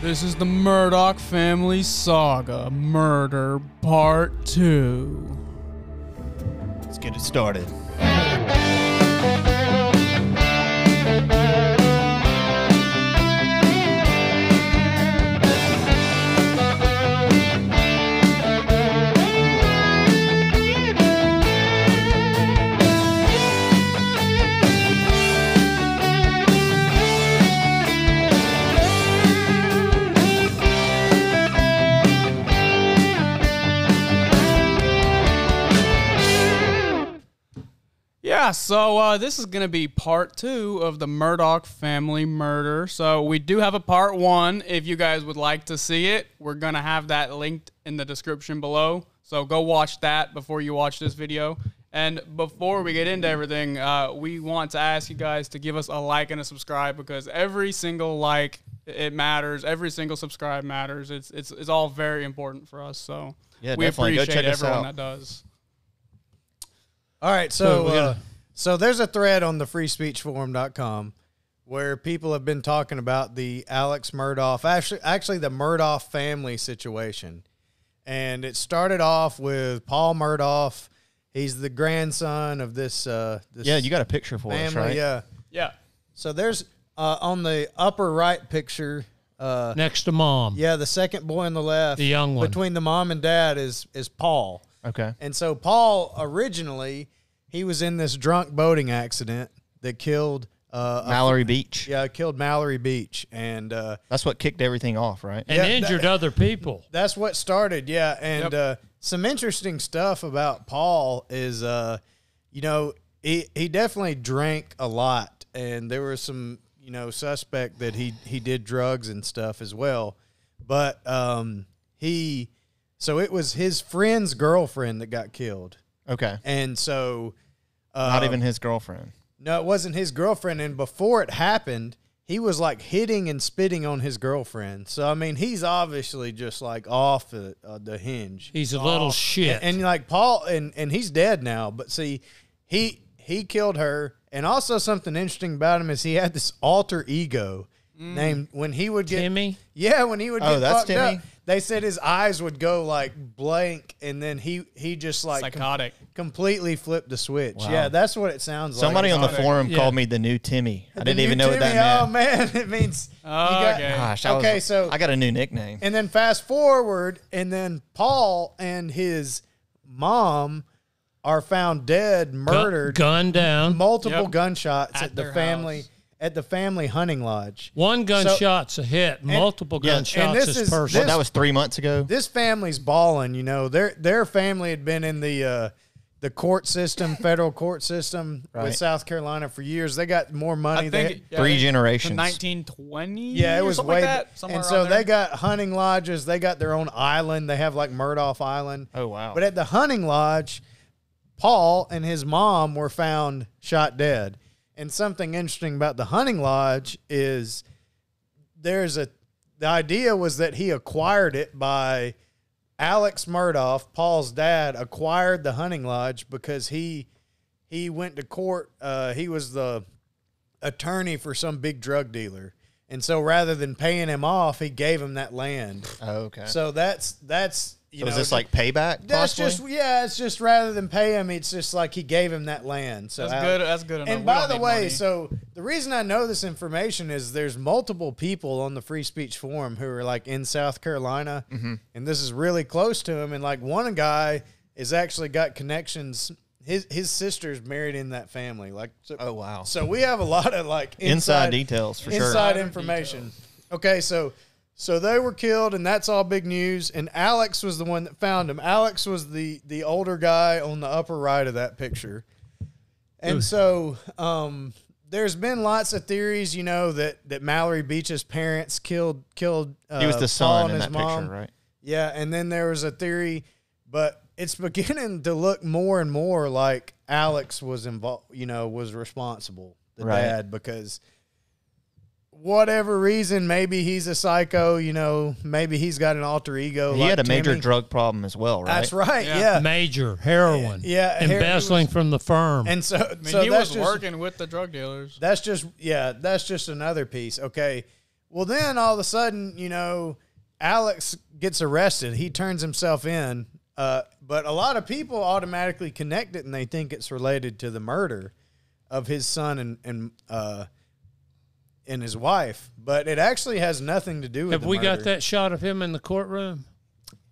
This is the Murdoch Family Saga Murder Part 2. Let's get it started. Yeah, so uh, this is going to be part two of the Murdoch family murder. So we do have a part one. If you guys would like to see it, we're going to have that linked in the description below. So go watch that before you watch this video. And before we get into everything, uh, we want to ask you guys to give us a like and a subscribe because every single like it matters. Every single subscribe matters. It's it's it's all very important for us. So Yeah, we definitely. Go appreciate check us everyone that out. does. All right, so we're uh, gonna- so there's a thread on the freespeechforum.com where people have been talking about the Alex Murdoff, actually, actually the Murdoff family situation, and it started off with Paul Murdoff. He's the grandson of this. Uh, this Yeah, you got a picture for us, family, right? yeah. Yeah. So there's uh, on the upper right picture. Uh, next to mom. yeah, the second boy on the left, The young one. between the mom and dad is is Paul. Okay. And so Paul originally he was in this drunk boating accident that killed uh, a- Mallory Beach. yeah killed Mallory Beach, and uh, That's what kicked everything off, right? And Yeah, injured other people. that's what started. Yeah, and uh, some interesting stuff about Paul is uh, you know he he definitely drank a lot, and there was some you know suspect that he he did drugs and stuff as well, but um, he so it was his friend's girlfriend that got killed, Okay. and so. uh, Not even his girlfriend. No, it wasn't his girlfriend. And before it happened, he was like hitting and spitting on his girlfriend. So I mean, he's obviously just like off the, uh, the hinge. He's a little shit. Oh, and like Paul, and and he's dead now. But see, he he killed her. And also something interesting about him is he had this alter ego named when he would get Mm. Timmy, yeah, when he would Oh, get that's fucked up, Timmy? they said his eyes would go like blank, and then he he just like com- Psychotic. completely flipped the switch. Yeah, that's what it sounds like. Somebody on the exotic. forum Yeah. called me the new Timmy. I didn't The even new know what Timmy, that Oh meant. man, it means you got- Oh, Okay. Gosh, I was- Okay, so- I got a new nickname. and then fast forward, and then Paul and his mom are found dead, gu- murdered, gunned down. multiple Yep. gunshots at, At the their family house. at the family hunting lodge. One gunshot's a hit. Multiple yeah, and gunshots this is, is- personal. Well, that was three months ago. This family's balling, you know. Their their family had been in the uh, the court system, federal court system Right. with South Carolina for years. They got more money. I They- think it- yeah, Three I think generations. 1920. Yeah, it or was something way. Like that, ba- somewhere and so around they there. got hunting lodges. They got their own island. They have like Murdoff Island. Oh, wow. But at the hunting lodge, Paul and his mom were found shot dead. And something interesting about the hunting lodge is there's a the idea was that he acquired it by Alex Murdoff, Paul's dad, acquired the hunting lodge because he he went to court. Uh, he was the attorney for some big drug dealer, and so rather than paying him off, he gave him that land. oh, okay. So, So that's that's you know is this like payback? that's possibly? just yeah. It's just rather than pay him, it's just like he gave him that land. So That's Al- good. That's good. Enough. and We by don't the need way, money. so the reason I know this information is there's multiple people on the free speech forum who are like in South Carolina, Mm-hmm. and this is really close to him. And like one guy is actually got connections. His his sister's married in that family. Like so, Oh, wow. So we have a lot of like Inside inside, details, for sure. inside Inside information. Okay, so so they were killed, and that's all big news. And Alex was the one that found him. Alex was the the older guy on the upper right of that picture. And so um, there's been lots of theories, you know, that that Mallory Beach's parents killed killed. Uh, He was Paul the son and in his that mom. picture, right? Yeah, and then there was a theory, but it's beginning to look more and more like Alex was involved, you know, was responsible, the Right. dad, because whatever reason, maybe he's a psycho, you know, maybe he's got an alter ego. He like had a major Timmy. drug problem as well, right? That's right, Yeah. yeah. major heroin. Yeah, heroin embezzling from the firm. And so, I mean, so he that's was just, working with the drug dealers. That's just yeah, that's just another piece. Okay. Well, then all of a sudden, you know, Alex gets arrested. He turns himself in. Uh, but a lot of people automatically connect it and they think it's related to the murder of his son and and uh, and his wife. But it actually has nothing to do with. Have the we murder. got that shot of him in the courtroom?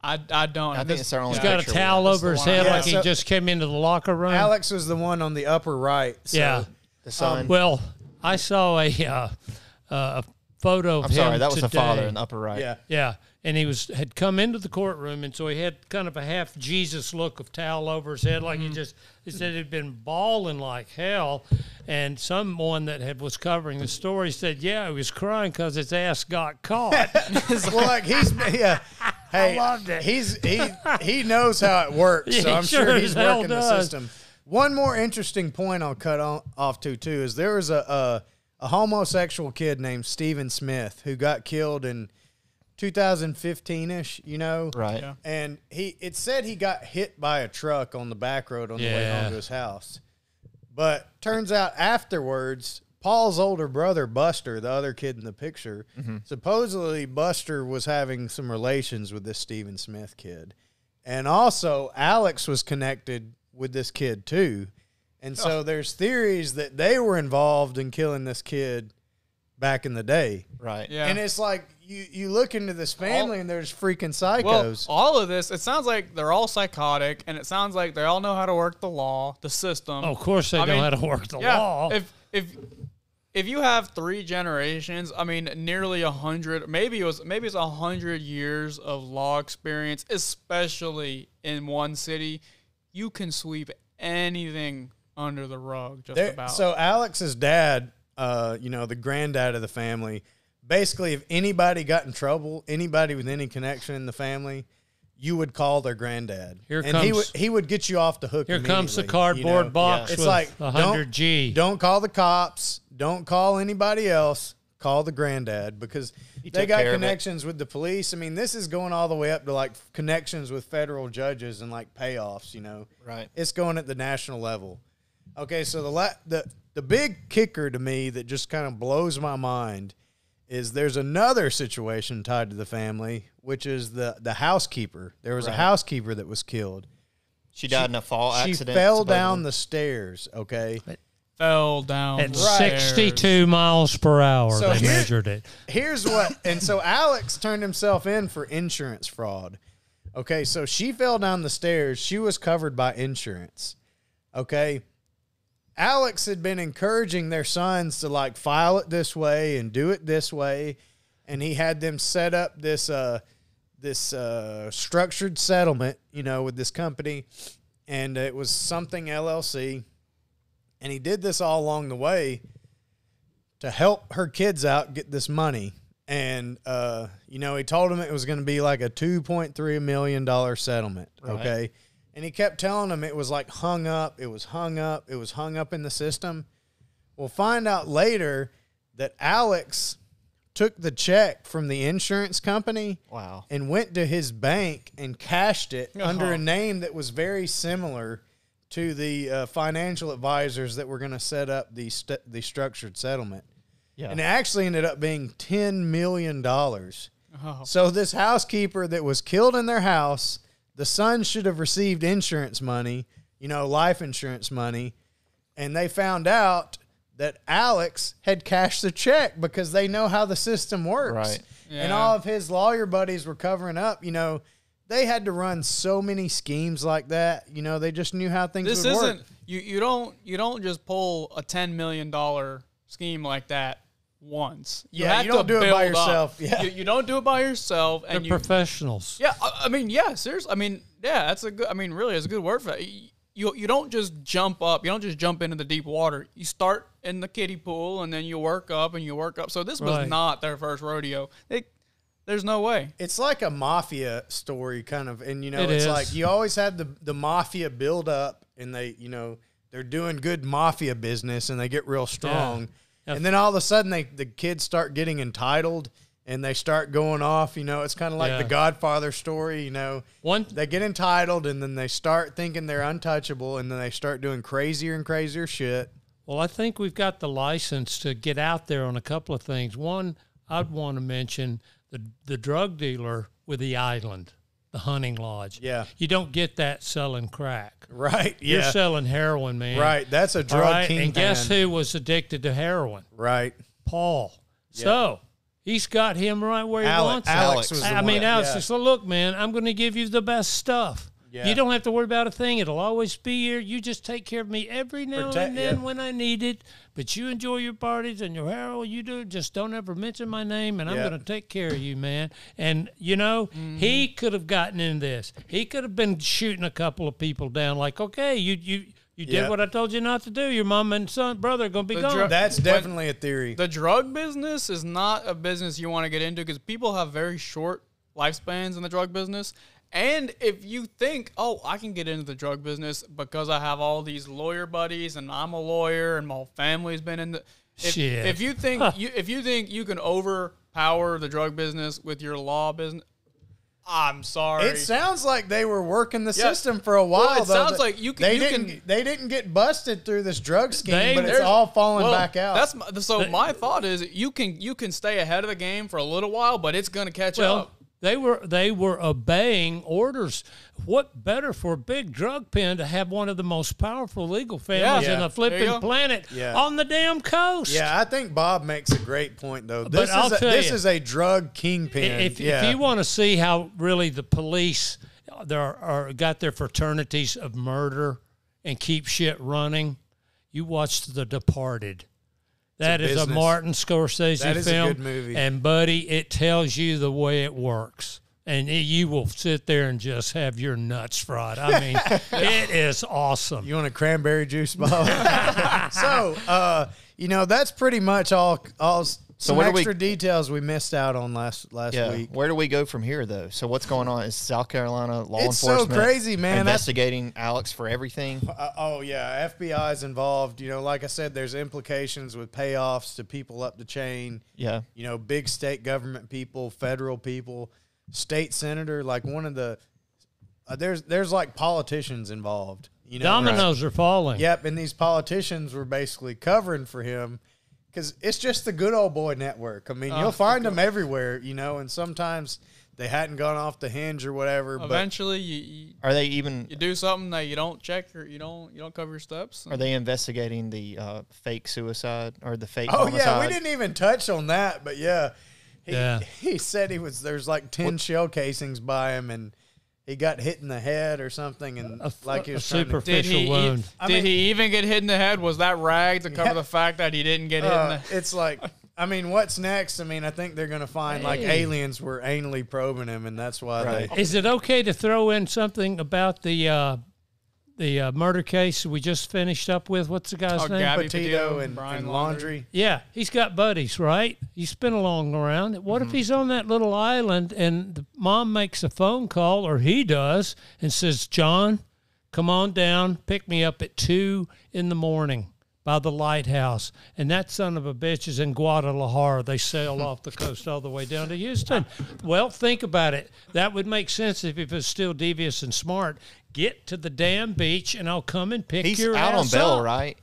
I, I don't. I think it's our only. He's got a picture towel with us. over his one I head have. like Yeah, so- he just came into the locker room. Alex uh, was the one on the upper right. So yeah. The son. Well, I saw a uh, uh, a photo of I'm him. sorry, that was the today. father in the upper right. Yeah. Yeah, and he was had come into the courtroom, and so he had kind of a half Jesus look of towel over his head, Mm-hmm. like he just he said he'd been bawling like hell. And someone that had was covering the story said, "Yeah, he was crying because his ass got caught." well, like he's yeah. Hey, loved it. He's he he knows how it works, so Yeah, I'm he sure, sure he's as hell working the does. system. One more interesting point I'll cut on, off to too is there was a, a a homosexual kid named Stephen Smith who got killed in 2015 ish. You know, Right. Yeah. And he it said he got hit by a truck on the back road on the way Yeah. home to his house. But turns out afterwards, Paul's older brother, Buster, the other kid in the picture, Mm-hmm. supposedly Buster was having some relations with this Stephen Smith kid. And also, Alex was connected with this kid too. And Oh. so there's theories that they were involved in killing this kid back in the day. Right. Yeah. And it's like you, you look into this family and there's freaking Well, psychos. all of this, it sounds like they're all psychotic, and it sounds like they all know how to work the law, the system. Oh, of course, they I know mean, how to work the yeah. law. If if if you have three generations, I mean, nearly a hundred, maybe it was maybe it's a hundred years of law experience, especially in one city, you can sweep anything under the rug just There- about. So Alex's dad, uh, you know, the granddad of the family, basically, if anybody got in trouble, anybody with any connection in the family, you would call their granddad. Here and he comes- would he would get you off the hook. Here comes immediately, the you cardboard know? box It's with like a don't- hundred G. Don't call the cops. Don't call anybody else. Call the granddad because they took got care of it. connections with the police. I mean, this is going all the way up to like connections with federal judges and like payoffs. You know, Right. It's going at the national level. Okay, so the la- the the big kicker to me that just kind of blows my mind is there's another situation tied to the family, which is the the housekeeper. There was a housekeeper that was killed. She died in a fall She accident. fell supposedly. down the stairs. Okay. fell down At the stairs. 62 miles per hour, So they here- measured it. here's what and so alex turned himself in for insurance fraud okay so she fell down the stairs she was covered by insurance okay alex had been encouraging their sons to like file it this way and do it this way and he had them set up this uh this uh structured settlement you know with this company and it was something llc and he did this all along the way to help her kids out get this money. And uh, you know, he told him it was going to be like a two point three million dollar settlement. Okay, and he kept telling him it was like hung up, it was hung up, it was hung up in the system. We'll find out later that Alex took the check from the insurance company Wow. Uh-huh. and went to his bank and cashed it under a name that was very similar to the uh, financial advisors that were going to set up the st- the structured settlement. Yeah. And it actually ended up being ten million dollars. Oh. So this housekeeper that was killed in their house, the son should have received insurance money, you know, life insurance money, and they found out that Alex had cashed the check because they know how the system works. Right. And Yeah. all of his lawyer buddies were covering up, you know, they had to run so many schemes like that. You know, they just knew how things This would isn't work. you. You don't you don't just pull a ten million dollar scheme like that once. You Yeah, have you don't to do it by build up. yourself. Yeah. You, you don't do it by yourself, and They're you professionals. Yeah, I, I mean, yeah, seriously. I mean, yeah, that's a good. I mean, really, it's a good word for that. Y- You you don't just jump up. You don't just jump into the deep water. You start in the kiddie pool, and then you work up, and you work up. So this was Right. not their first rodeo. They, there's no way. It's like a mafia story kind of and you know, It it's is. like you always have the the mafia build up and they, you know, they're doing good mafia business and they get real strong. Yeah. And then all of a sudden they the kids start getting entitled and they start going off, you know, it's kind of like Yeah. the Godfather story, you know. One they get entitled and then they start thinking they're untouchable and then they start doing crazier and crazier shit. Well, I think we've got the license to get out there on a couple of things. One, I'd want to mention the the drug dealer with the island, the hunting lodge. Yeah. you don't get that selling crack. Right. You're Yeah. selling heroin, man. Right. That's a All drug right. kingpin. And guess who was addicted to heroin? Right. Paul. So he's got him right where he Alex. wants him. Alex was the I one. mean, Alex Yeah. just said, look, man, I'm going to give you the best stuff. Yeah. You don't have to worry about a thing. It'll always be here. You just take care of me every now Protect- and then yeah. when I need it. But you enjoy your parties and your heroin. You do. Just don't ever mention my name, and I'm Yeah. going to take care of you, man. And you know, he Mm-hmm. could have gotten in this. He could have been shooting a couple of people down. Like, okay, you you you did Yeah. what I told you not to do. Your mom and son, brother, are going to be The gone. dr- That's But- definitely a theory. The drug business is not a business you want to get into because people have very short lifespans in the drug business. And if you think, oh, I can get into the drug business because I have all these lawyer buddies and I'm a lawyer and my whole family's been in the if, Shit. if you think you if you think you can overpower the drug business with your law business, I'm sorry. It sounds like they were working the Yeah. system for a while. Well, it though, sounds that- like you can- They you didn't. can- they didn't get busted through this drug scheme, They- but it's there's- all falling Well, back out. That's my, so. My thought is you can you can stay ahead of the game for a little while, but it's gonna catch Well, up. they were they were obeying orders. What better for a big drug pen to have one of the most powerful legal families Yeah. in Yeah. There the you flipping go. planet Yeah. on the damn coast? yeah, I think Bob makes a great point though. This I'll is a, tell this you- is a drug I- kingpin. If, yeah. if you want to see how really the police uh, there are, are got their fraternities of murder and keep shit running, you watch The Departed. That is a business. Martin Scorsese That is a film, good movie. and buddy, it tells you the way it works, and it- you will sit there and just have your nuts fried. I mean, it is awesome. You want a cranberry juice, Bob? so, uh, you know, that's pretty much all. All s- some where do we- extra details we missed out on last last Yeah. week. Where do we go from here, though? So what's going on? Is South Carolina law It's so enforcement crazy, man. That's- investigating Alex for everything? Uh, oh yeah, FBI is involved. You know, like I said, there's implications with payoffs to people up the chain. Yeah. you know, big state government people, federal people, state senator, like one of the uh, there's there's like politicians involved. You know, Dominoes are falling. Yep, and these politicians were basically covering for him because it's just the good old boy network. I mean, you'll find them everywhere, you know, and sometimes they hadn't gone off the hinge or whatever. But Eventually, you, you Are they even? you do something that you don't check or you don't you don't cover your steps. Are they investigating the uh, fake suicide or the fake? oh homicide? yeah, we didn't even touch on that, but yeah, he, Yeah. he said he was there's like ten shell casings by him, and he got hit in the head or something, and like he a was trying to- super- did he? Official e- wound. did I mean- he even get hit in the head? Was that rag to cover Yeah. the fact that he didn't get hit? Uh, in the, it's like. I mean, what's next? I mean, I think they're going to find like Hey. aliens were anally probing him, and that's why Right. they. Is it okay to throw in something about the uh, the uh, murder case we just finished up with? What's the guy's Oh, name? Gabby Petito Petito, and, Brian and Laundrie. Laundry. Yeah, he's got buddies, right? He's been along around. What Mm-hmm. if he's on that little island and the mom makes a phone call, or he does, and says, "John, come on down, pick me up at two in the morning." By the lighthouse, and that son of a bitch is in Guadalajara. They sail off the coast all the way down to Houston. Well, think about it. That would make sense if it was still devious and smart. Get to the damn beach, and I'll come and pick He's your out on ass bail, up. right?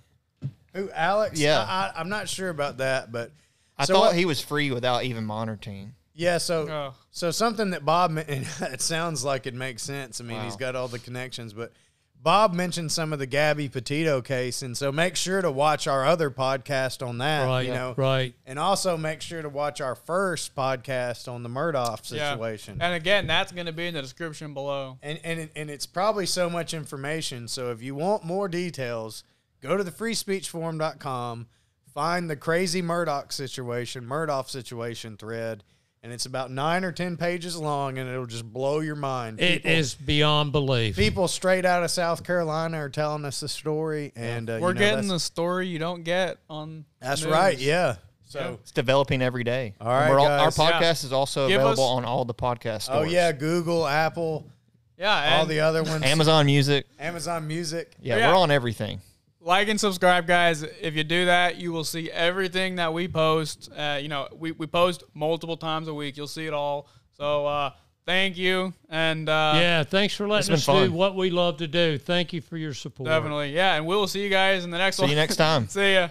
Who Alex? Yeah. I, I, I'm not sure about that, but I So thought what- he was free without even monitoring. yeah. So Oh. so something that Bob men- and it sounds like it makes sense. I mean, he's got all the connections, but Bob mentioned some of the Gabby Petito case, and so make sure to watch our other podcast on that. Right, you know, right. and also make sure to watch our first podcast on the Murdoch Yeah. situation. And again, that's going to be in the description below. and and it- and it's probably so much information. So if you want more details, go to the freespeechforum.com, find the crazy Murdoch situation, Murdoch situation thread, and it's about nine or ten pages long, and it'll just blow your mind. It is beyond belief. People straight out of South Carolina are telling us the story, and uh, We're you know, getting the that's, story you don't get on. That's news. right, yeah. So It's developing every day. All right, our guys. podcast is also Give available us- on all the podcast oh stores. yeah, Google, Apple, Yeah. all And the other ones, Amazon Music. Amazon Music. Yeah, Yeah. we're on everything. like and subscribe, guys. If you do that, you will see everything that we post. Uh, you know, we, we post multiple times a week. You'll see it all. So uh, thank you. And uh, Yeah, thanks for letting been us fun. do what we love to do. Thank you for your support. definitely. Yeah. And we will see you guys in the next See one. you next time. see ya.